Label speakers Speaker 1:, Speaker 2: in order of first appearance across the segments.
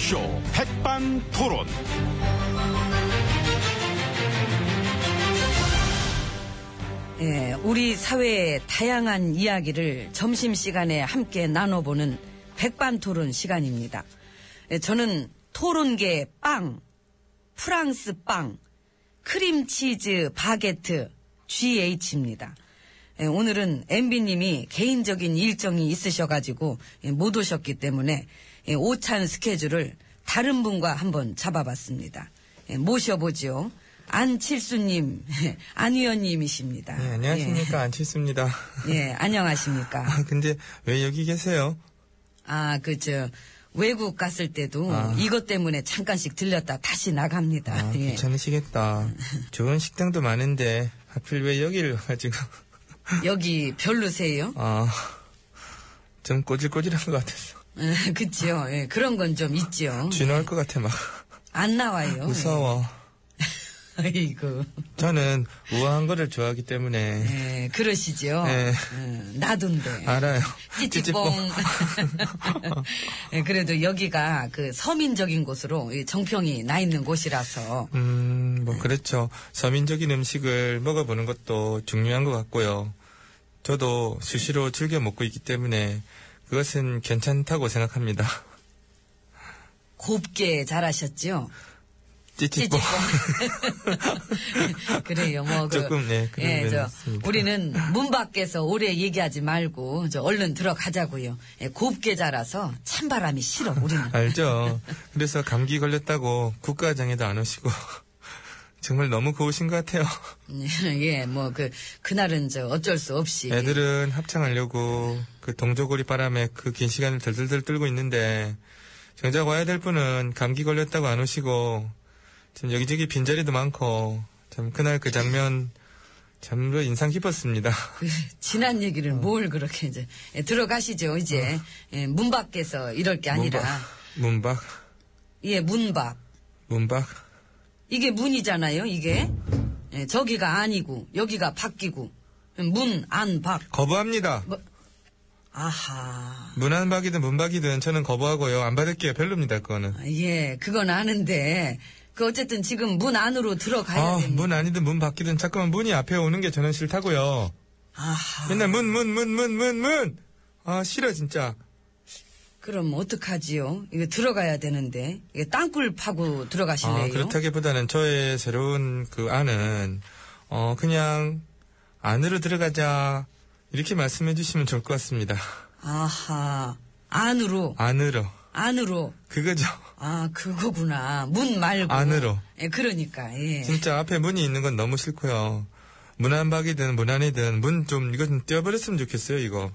Speaker 1: 쇼 백반 토론.
Speaker 2: 예, 우리 사회의 다양한 이야기를 점심시간에 함께 나눠보는 백반토론 시간입니다. 예, 저는 토론계 빵, 프랑스 빵, 크림치즈 바게트 GH입니다. 예, 오늘은 MB님이 개인적인 일정이 있으셔가지고 예, 못 오셨기 때문에 예, 오찬 스케줄을 다른 분과 한번 잡아봤습니다. 예, 모셔보죠. 안칠수님, 안 의원님이십니다.
Speaker 3: 네, 안녕하십니까. 안칠수입니다.
Speaker 2: 예, 예, 안녕하십니까.
Speaker 3: 아, 근데 왜 여기 계세요?
Speaker 2: 아, 그, 저, 외국 갔을 때도
Speaker 3: 아.
Speaker 2: 이것 때문에 잠깐씩 들렸다 다시 나갑니다.
Speaker 3: 아,
Speaker 2: 예.
Speaker 3: 귀찮으시겠다. 좋은 식당도 많은데, 하필 왜 여기를 가지고.
Speaker 2: 여기 별로세요?
Speaker 3: 아, 좀 꼬질꼬질한 것 같아서.
Speaker 2: 예, 그치요. 예, 그런 건 좀 있죠.
Speaker 3: 쥐나올 것 같아, 막.
Speaker 2: 안 나와요.
Speaker 3: 무서워.
Speaker 2: 예. 아이고.
Speaker 3: 저는 우아한 거를 좋아하기 때문에.
Speaker 2: 예, 그러시죠.
Speaker 3: 예.
Speaker 2: 예, 나둔데.
Speaker 3: 알아요.
Speaker 2: 찌찌뽕. 예, 그래도 여기가 그 서민적인 곳으로 이 정평이 나 있는 곳이라서
Speaker 3: 음, 뭐, 그렇죠. 서민적인 음식을 먹어보는 것도 중요한 것 같고요. 저도 수시로 즐겨 먹고 있기 때문에 그것은 괜찮다고 생각합니다.
Speaker 2: 곱게 자라셨죠.
Speaker 3: 찌찌뽕.
Speaker 2: 찌찌뽕. 그래요, 뭐, 그.
Speaker 3: 조금, 네, 그런
Speaker 2: 예,
Speaker 3: 면이
Speaker 2: 저,
Speaker 3: 있습니다.
Speaker 2: 우리는 문 밖에서 오래 얘기하지 말고, 저, 얼른 들어가자고요. 예, 곱게 자라서 찬바람이 싫어, 우리는.
Speaker 3: 아. 알죠. 그래서 감기 걸렸다고 국가장에도 안 오시고 정말 너무 고우신 것 같아요.
Speaker 2: 예, 뭐, 그, 그날은 저, 어쩔 수 없이.
Speaker 3: 애들은 합창하려고 그 동조고리 바람에 그 긴 시간을 덜덜덜 떨고 있는데 정작 와야 될 분은 감기 걸렸다고 안 오시고 참 여기저기 빈자리도 많고 참 그날 그 장면 참으로 인상 깊었습니다.
Speaker 2: 그 지난
Speaker 3: 어.
Speaker 2: 얘기를 뭘 그렇게 이제. 예, 들어가시죠, 이제. 예, 문 밖에서 이럴 게 아니라.
Speaker 3: 문박,
Speaker 2: 예, 문 밖.
Speaker 3: 문박,
Speaker 2: 이게 문이잖아요, 이게.
Speaker 3: 음.
Speaker 2: 예, 저기가 아니고, 여기가 바뀌고. 문, 안, 밖.
Speaker 3: 거부합니다.
Speaker 2: 뭐- 아하.
Speaker 3: 문안박이든 문박이든 저는 거부하고요. 안 받을게요. 별로입니다. 그거는.
Speaker 2: 예, 그건 아는데. 그 어쨌든 지금 문 안으로 들어가야
Speaker 3: 아,
Speaker 2: 됩니다.
Speaker 3: 문 아니든 문 밖이든 자꾸만 문이 앞에 오는 게 저는 싫다고요.
Speaker 2: 아하.
Speaker 3: 맨날 문, 문, 문, 문, 문, 문! 아, 싫어, 진짜.
Speaker 2: 그럼 어떡하지요? 이거 들어가야 되는데. 이게 땅굴 파고 들어가실래요?
Speaker 3: 아, 그렇다기보다는 저의 새로운 그 안은, 어, 그냥, 안으로 들어가자. 이렇게 말씀해 주시면 좋을 것 같습니다.
Speaker 2: 아하. 안으로.
Speaker 3: 안으로.
Speaker 2: 안으로.
Speaker 3: 그거죠.
Speaker 2: 아, 그거구나. 문 말고.
Speaker 3: 안으로.
Speaker 2: 예, 그러니까, 예.
Speaker 3: 진짜 앞에 문이 있는 건 너무 싫고요. 문 안박이든 문 안이든 문 좀, 이거 좀 떼어버렸으면 좋겠어요, 이거.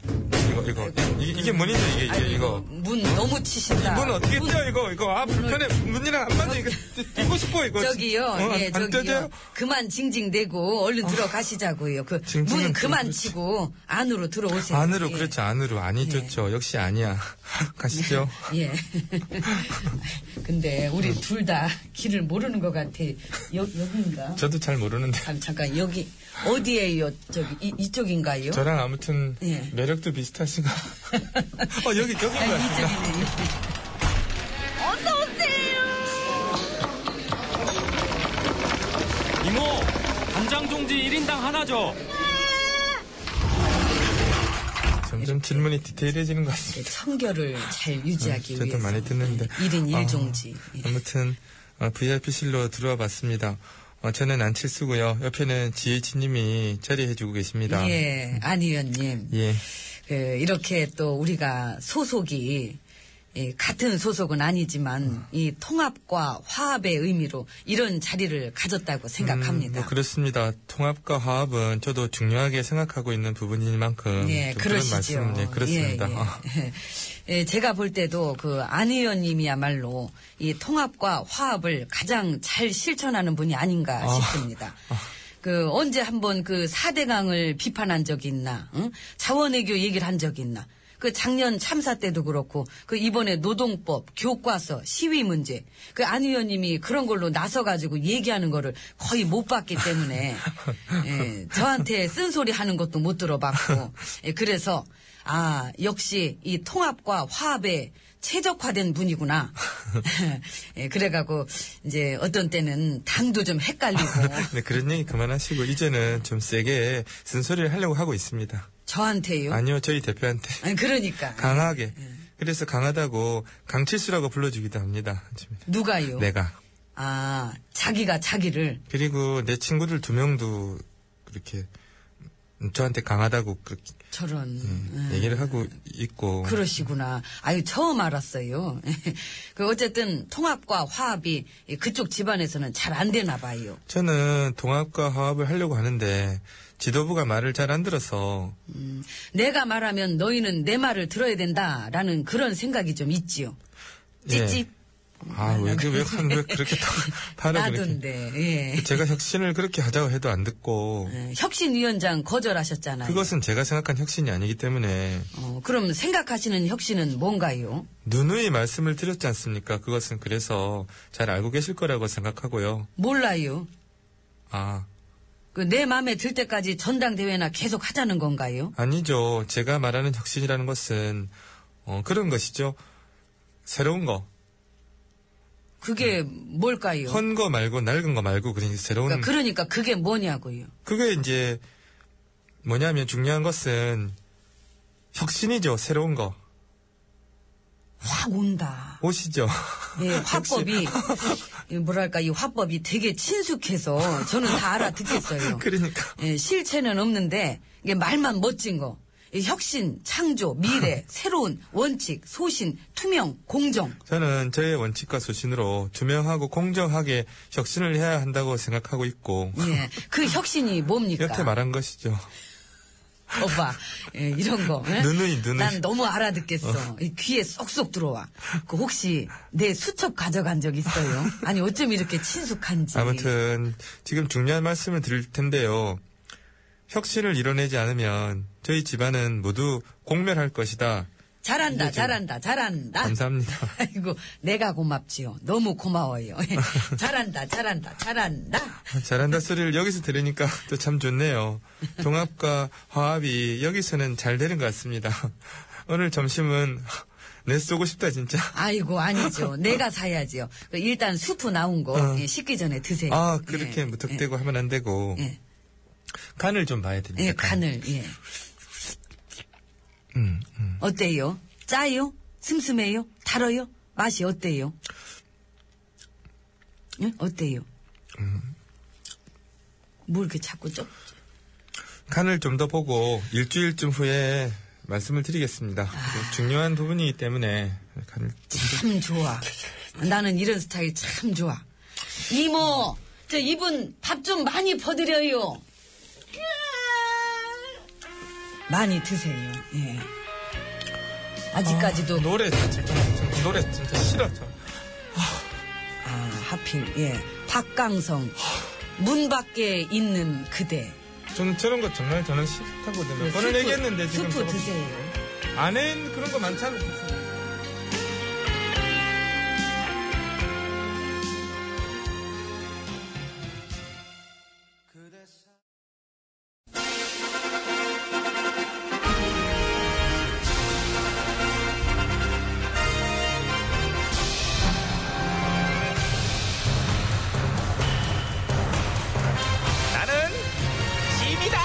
Speaker 3: 이거, 이거. 이, 이게 문인데, 이게, 이게,
Speaker 2: 아이고,
Speaker 3: 이거.
Speaker 2: 문 너무 치신다.
Speaker 3: 문 어떻게
Speaker 2: 문-
Speaker 3: 떼요 이거 이거 아 불편해 문이랑 안 맞네 이거 떼- 떼고 싶어 이거
Speaker 2: 저기요,
Speaker 3: 어,
Speaker 2: 예,
Speaker 3: 안
Speaker 2: 저기요.
Speaker 3: 떼져요
Speaker 2: 그만 징징대고 얼른 들어가시자고요. 그 문
Speaker 3: 징징은
Speaker 2: 그만
Speaker 3: 그렇지.
Speaker 2: 치고 안으로 들어오세요.
Speaker 3: 안으로
Speaker 2: 예.
Speaker 3: 그렇죠 안으로 아니 좋죠 역시 아니야 가시죠
Speaker 2: 예. 근데
Speaker 3: 어.
Speaker 2: 우리 둘 다 길을 모르는 것 같아. 여, 여긴가?
Speaker 3: 저도 잘 모르는데
Speaker 2: 아, 잠깐 여기 어디에요? 저기 이, 이쪽인가요?
Speaker 3: 저랑 아무튼
Speaker 2: 예.
Speaker 3: 매력도 비슷하시고 어 여기 여기인 것
Speaker 2: 아,
Speaker 3: 같습니다
Speaker 2: 이쪽이네요.
Speaker 4: 이모, 간장 종지 1인당 하나죠.
Speaker 3: 점점 질문이 디테일해지는 것 같습니다
Speaker 2: 예, 청결을 잘 유지하기
Speaker 3: 아, 저도
Speaker 2: 위해서
Speaker 3: 많이 듣는데.
Speaker 2: 1인
Speaker 3: 아.
Speaker 2: 1종지. 예.
Speaker 3: 아무튼 어, VIP실로 들어와 봤습니다 어, 저는 안칠수고요 옆에는 GH님이 자리해주고 계십니다
Speaker 2: 예, 안 의원님.
Speaker 3: 예.
Speaker 2: 그, 이렇게 또 우리가 소속이 예, 같은 소속은
Speaker 3: 음.
Speaker 2: 아니지만 이 통합과 화합의 의미로 이런 자리를 가졌다고 생각합니다.
Speaker 3: 음, 뭐 그렇습니다. 통합과 화합은 저도 중요하게 생각하고 있는 부분인 만큼
Speaker 2: 예,
Speaker 3: 좀 그런
Speaker 2: 그러시죠.
Speaker 3: 말씀 예, 그렇습니다.
Speaker 2: 예, 예.
Speaker 3: 아,
Speaker 2: 예, 제가 볼 때도 그 안 의원님이야말로 이 통합과 화합을 가장 잘 실천하는 분이 아닌가 싶습니다. 그 언제 한번 그 4대강을 비판한 적이 있나? 응? 자원외교 얘기를 한 적이 있나? 그 작년 참사 때도 그렇고 그 이번에 노동법 교과서 시위 문제 그 안 의원님이 그런 걸로 나서 가지고 얘기하는 거를 거의 못 봤기 때문에 예, 저한테 쓴소리 하는 것도 못 들어봤고 예, 그래서 아 역시 이 통합과 화합에 최적화된 분이구나. 예, 그래가고 이제 어떤 때는 당도 좀 헷갈리고
Speaker 3: 네, 그런 얘기 그만하시고 이제는 좀 세게 쓴소리를 하려고 하고 있습니다.
Speaker 2: 저한테요.
Speaker 3: 아니요, 저희 대표한테
Speaker 2: 예? 아니, 그러니까
Speaker 3: 강하게. 그래서 강하다고 강칠수라고 불러주기도 합니다. 지금.
Speaker 2: 누가요?
Speaker 3: 내가.
Speaker 2: 아 자기가 자기를
Speaker 3: 그리고 내 친구들 두 명도 그렇게 저한테 강하다고 그렇게
Speaker 2: 저런 예.
Speaker 3: 얘기를 하고 있고.
Speaker 2: 그러시구나. 아유, 처음 알았어요. 그, 어쨌든, 통합과 화합이 그쪽 집안에서는 잘 안 되나 봐요.
Speaker 3: 저는 동합과 화합을 하려고 하는데 지도부가 말을 잘 안 들어서
Speaker 2: 음, 내가 말하면 너희는 내 말을 들어야 된다라는 그런 생각이 좀 있지요.
Speaker 3: 예.
Speaker 2: 찌찝.
Speaker 3: 아, 왜, 그- 왜, 그- 왜 그렇게 또 바로 그렇게.
Speaker 2: 나던데, 예.
Speaker 3: 제가 혁신을 그렇게 하자고 해도 안 듣고
Speaker 2: 어, 혁신위원장 거절하셨잖아요.
Speaker 3: 그것은 제가 생각한 혁신이 아니기 때문에
Speaker 2: 어, 그럼 생각하시는 혁신은 뭔가요?
Speaker 3: 누누이 말씀을 드렸지 않습니까? 그것은 그래서 잘 알고 계실 거라고 생각하고요.
Speaker 2: 몰라요.
Speaker 3: 아,
Speaker 2: 그 내 마음에 들 때까지 전당대회나 계속 하자는 건가요?
Speaker 3: 아니죠. 제가 말하는 혁신이라는 것은 어, 그런 것이죠. 새로운 거,
Speaker 2: 그게
Speaker 3: 음.
Speaker 2: 뭘까요?
Speaker 3: 헌 거 말고 낡은 거 말고 그냥 새로운
Speaker 2: 그러니까, 그러니까 그게 뭐냐고요.
Speaker 3: 그게 이제 뭐냐면 중요한 것은 혁신이죠. 새로운 거.
Speaker 2: 확 온다.
Speaker 3: 오시죠.
Speaker 2: 네,
Speaker 3: 아,
Speaker 2: 화법이 이 뭐랄까 이 화법이 되게 친숙해서 저는 다 알아듣겠어요.
Speaker 3: 그러니까.
Speaker 2: 예, 실체는 없는데 이게 말만 멋진 거. 이 혁신, 창조, 미래, 새로운 원칙, 소신, 투명, 공정.
Speaker 3: 저는 저의 원칙과 소신으로 투명하고 공정하게 혁신을 해야 한다고 생각하고 있고
Speaker 2: 예, 그 혁신이 뭡니까?
Speaker 3: 이렇게 말한 것이죠.
Speaker 2: 오빠, 예, 이런 거. 예?
Speaker 3: 누누이, 누누이.
Speaker 2: 난 너무 알아듣겠어. 이 귀에 쏙쏙 들어와. 그 혹시 내 수첩 가져간 적 있어요? 아니 어쩜 이렇게 친숙한지.
Speaker 3: 아무튼 지금 중요한 말씀을 드릴 텐데요. 혁신을 이뤄내지 않으면 저희 집안은 모두 공멸할 것이다.
Speaker 2: 잘한다, 잘한다, 잘한다.
Speaker 3: 감사합니다.
Speaker 2: 아이고, 내가 고맙지요. 너무 고마워요. 예. 잘한다, 잘한다, 잘한다.
Speaker 3: 잘한다 소리를 여기서 들으니까 또 참 좋네요. 동합과 화합이 여기서는 잘 되는 것 같습니다. 오늘 점심은 내 쏘고 싶다 진짜.
Speaker 2: 아이고, 아니죠. 내가 사야지요. 그 일단 수프 나온 거
Speaker 3: 어.
Speaker 2: 예, 식기 전에 드세요.
Speaker 3: 아 그렇게
Speaker 2: 예,
Speaker 3: 무턱대고 하면 안 되고
Speaker 2: 예.
Speaker 3: 간을 좀 봐야 됩니다.
Speaker 2: 예, 간을, 예. 어때요? 짜요? 슴슴해요? 달아요? 맛이 어때요? 예? 어때요? 뭐 이렇게 자꾸 좀.
Speaker 3: 간을 좀 더 보고 일주일쯤 후에 말씀을
Speaker 2: 아.
Speaker 3: 드리겠습니다. 그 중요한 부분이기 때문에 간을
Speaker 2: 참 좋아. 나는 이런 스타일 참 좋아. 이모, 저 이분 밥 좀 많이 퍼드려요. 많이 드세요. 예. 아직까지도
Speaker 3: 노래 진짜 좀- 노래 진짜 싫어. 저.
Speaker 2: 아, 하필 예 박강성 문 밖에 있는 그대.
Speaker 3: 저는 저런 거 정말 네, 저는 싫다거든요. 오늘
Speaker 2: 수프,
Speaker 3: 얘기했는데 지금
Speaker 2: 수프
Speaker 3: 저거
Speaker 2: 그 드세요.
Speaker 3: 안엔 그런 거 많잖아요.
Speaker 1: 나는 짐이다.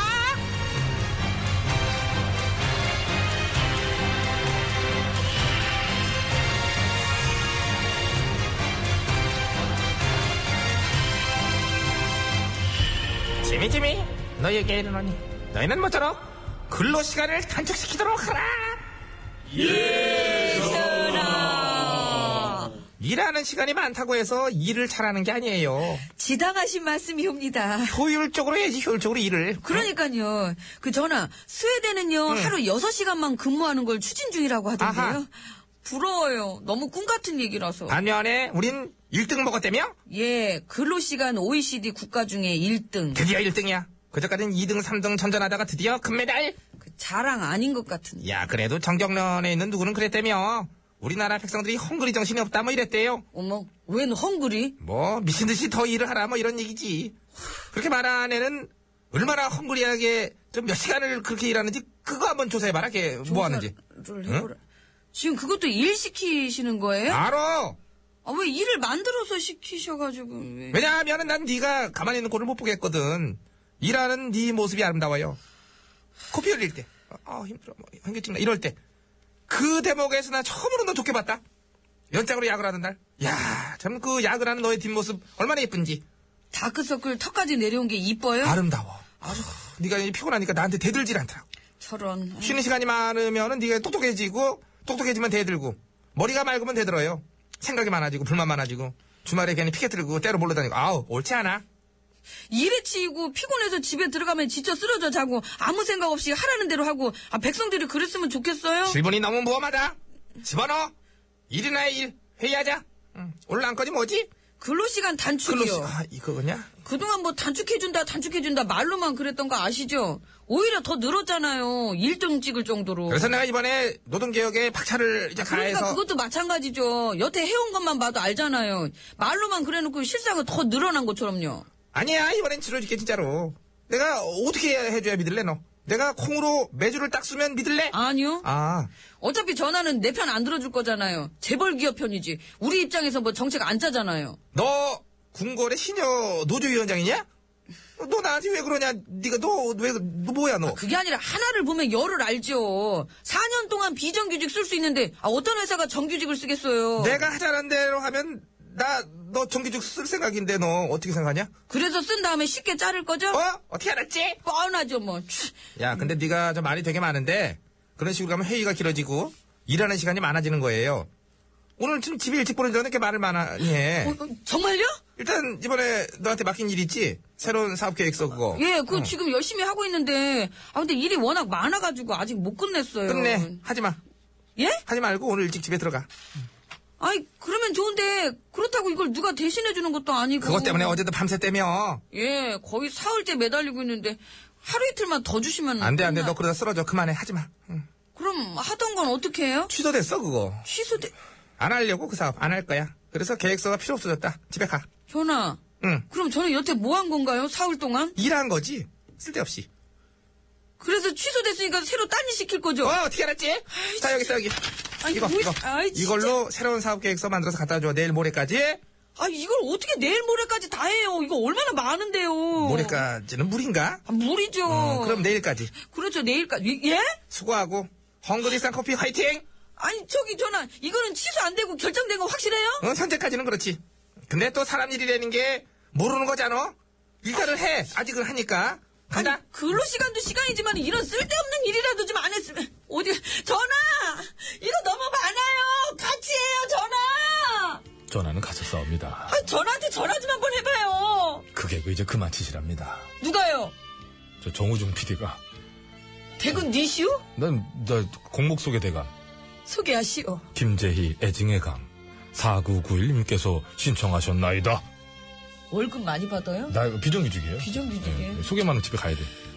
Speaker 5: 지미 지미 너희에게 이르노니 너희는 모쪼록 근로 시간을 단축시키도록 하라. 예. 일하는 시간이 많다고 해서 일을 잘하는 게 아니에요.
Speaker 2: 지당하신 말씀이옵니다.
Speaker 5: 효율적으로 해야지 효율적으로 일을.
Speaker 2: 그러니까요. 그 전화 스웨덴은요
Speaker 3: 네.
Speaker 2: 하루 6시간만 근무하는 걸 추진 중이라고 하던데요.
Speaker 5: 아하.
Speaker 2: 부러워요. 너무 꿈 같은 얘기라서.
Speaker 3: 아.
Speaker 5: 반면에 우린 1등 먹었다며?
Speaker 2: 예, 근로시간 OECD 국가 중에 1등.
Speaker 5: 드디어 1등이야. 그저까진 2등, 3등 전전하다가 드디어 금메달.
Speaker 2: 그 자랑 아닌 것 같은.
Speaker 3: 야, 그래도 정경련에 있는 누구는 그랬다며. 우리나라 백성들이 헝그리 정신이 없다 뭐 이랬대요.
Speaker 2: 어머, 웬 헝그리?
Speaker 3: 뭐 미친 듯이 더 일을 하라 뭐 이런 얘기지. 그렇게 말한 애는 얼마나 헝그리하게 좀 몇 시간을 그렇게 일하는지 그거 한번 조사해봐라. 걔 뭐 하는지.
Speaker 2: 조사를 해보라. 지금 그것도 일 시키시는
Speaker 3: 네?
Speaker 2: 거예요? 아,
Speaker 3: 알아.
Speaker 2: 왜 일을 만들어서 시키셔가지고. 왜.
Speaker 3: 왜냐하면은 난 네가 가만히 있는 꼴을 못 보겠거든. 일하는 네 모습이 아름다워요. 코피 흘릴 때, 아 힘들어, 뭐, 현기증 나 이럴 때, 그 대목에서 나 처음으로 너 좋게 봤다. 연장으로 야근하는 날, 야, 참 그 야근하는 너의 뒷모습 얼마나 예쁜지
Speaker 2: 다크서클 턱까지 내려온 게
Speaker 3: 네?
Speaker 2: 이뻐요?
Speaker 3: 아름다워. 아주 아, 네가 이제 피곤하니까 나한테 대들질 않더라고.
Speaker 2: 저런.
Speaker 3: 쉬는 시간이 많으면은 네가 똑똑해지고 똑똑해지면 대들고 머리가 맑으면 대들어요. 생각이 많아지고 불만 많아지고 주말에 괜히 피켓 들고 때로 몰러 다니고 아우 옳지 않아.
Speaker 2: 일에 치이고 피곤해서 집에 들어가면 지쳐 쓰러져 자고 아무 생각 없이 하라는 대로 하고 아 백성들이 그랬으면 좋겠어요?
Speaker 3: 질문이 너무 무험하다. 집어넣어. 일이나 해, 일. 회의하자. 응. 오늘 안건이 뭐지?
Speaker 2: 근로시간 단축이요.
Speaker 3: 글로스. 아, 이거냐?
Speaker 2: 그동안 뭐 단축해준다 단축해준다 말로만 그랬던 거 아시죠? 오히려 더 늘었잖아요. 일등 찍을 정도로.
Speaker 3: 그래서 내가 이번에 노동개혁에 박차를 이제
Speaker 2: 그러니까
Speaker 3: 가해서
Speaker 2: 그것도 마찬가지죠. 여태 해온 것만 봐도 알잖아요. 말로만 그래놓고 실상은 더 늘어난 것처럼요.
Speaker 3: 아니야 이번엔 치러줄게 진짜로. 내가 어떻게 해줘야 믿을래 너? 내가 콩으로 매주를 딱 쓰면 믿을래?
Speaker 2: 아니요.
Speaker 3: 아.
Speaker 2: 어차피 전화는 내 편 안 들어줄 거잖아요. 재벌 기업 편이지. 우리 입장에서 뭐 정책 안 짜잖아요.
Speaker 3: 너 궁궐의 신여 노조위원장이냐? 너 나한테 왜 그러냐? 네가 너 왜 너 뭐야 너?
Speaker 2: 그게 아니라 하나를 보면 열을 알죠. 4년 동안 비정규직 쓸 수 있는데 아, 어떤 회사가 정규직을 쓰겠어요.
Speaker 3: 내가 하자는 대로 하면 나 너 정규직 쓸 생각인데 너 어떻게 생각하냐?
Speaker 2: 그래서 쓴 다음에 쉽게 자를 거죠?
Speaker 3: 어? 네. 어떻게 알았지?
Speaker 2: 뻔하죠 뭐. 치.
Speaker 3: 야, 근데 네가 좀 말이 되게 많은데 그런 식으로 가면 회의가 길어지고 일하는 시간이 많아지는 거예요. 오늘 지금 집에 일찍 보는 줄알았 이렇게 말을 많이 해.
Speaker 2: 어, 어, 정말요?
Speaker 3: 일단 이번에 너한테 맡긴 일 있지? 새로운 사업 계획서 어. 그거.
Speaker 2: 예, 그 지금 열심히 하고 있는데 아 근데 일이 워낙 많아가지고 아직 못 끝냈어요.
Speaker 3: 끝내. 하지 마.
Speaker 2: 예?
Speaker 3: 하지 말고 오늘 일찍 집에 들어가.
Speaker 2: 아니 그러면 좋은데 그렇다고 이걸 누가 대신해 주는 것도 아니고.
Speaker 3: 그것 때문에 어제도 밤새 때며.
Speaker 2: 예, 거의 사흘째 매달리고 있는데 하루 이틀만 더 주시면
Speaker 3: 안 돼, 안 돼. 너
Speaker 2: 끝나-
Speaker 3: 그러다 쓰러져. 그만해. 하지 마. 응.
Speaker 2: 그럼 하던 건 어떻게 해요?
Speaker 3: 취소됐어, 그거.
Speaker 2: 취소돼.
Speaker 3: 안 하려고 그 사업. 안 할 거야. 그래서 계획서가 필요 없어졌다. 집에 가.
Speaker 2: 전화.
Speaker 3: 응.
Speaker 2: 그럼 저는 여태 뭐 한 건가요? 사흘 동안?
Speaker 3: 일한 거지. 쓸데없이.
Speaker 2: 그래서 취소됐으니까 새로 딴 일 시킬
Speaker 3: 어,
Speaker 2: 거죠?
Speaker 3: 어떻게 알았지? 자, 여기 있어, 여기.
Speaker 2: 아이,
Speaker 3: 이거,
Speaker 2: 뭐-
Speaker 3: 이거.
Speaker 2: 아이, 진짜.
Speaker 3: 이걸로 새로운 사업 계획서 만들어서 갖다 줘. 내일 모레까지.
Speaker 2: 아, 이걸 어떻게 내일 모레까지 다 해요? 이거 얼마나 많은데요?
Speaker 3: 모레까지는 무린가?
Speaker 2: 아, 무리죠.
Speaker 3: 어, 그럼 내일까지.
Speaker 2: 그렇죠, 내일까지. 예?
Speaker 3: 수고하고. 헝그리산 커피 화이팅!
Speaker 2: 아니, 저기 전화. 이거는 취소 안 되고 결정된 거 확실해요?
Speaker 3: 응, 현재까지는 그렇지. 근데 또 사람 일이라는 게 모르는 거잖아? 일단은 해. 아직은 하니까. 간다.
Speaker 2: 아니, 근로 시간도 시간이지만 이런 쓸데없는 일이라도 좀 안 했으면 어디 전화 이거 너무 많아요 같이 해요 전화
Speaker 6: 전화는 가셨사옵니다.
Speaker 2: 아, 전화한테 전화 좀 한번 해봐요
Speaker 6: 그게 그 이제 그만치시랍니다.
Speaker 2: 누가요
Speaker 6: 저 정우중 PD가
Speaker 2: 대군 니시오
Speaker 6: 난나 공목 소개 대감
Speaker 2: 소개하시오
Speaker 6: 김재희 애증의 강 4991님께서 신청하셨나이다.
Speaker 2: 월급 많이 받아요
Speaker 6: 나 비정규직이에요.
Speaker 2: 비정규직이에요?
Speaker 6: 예, 소개만 하면 집에 가야 돼.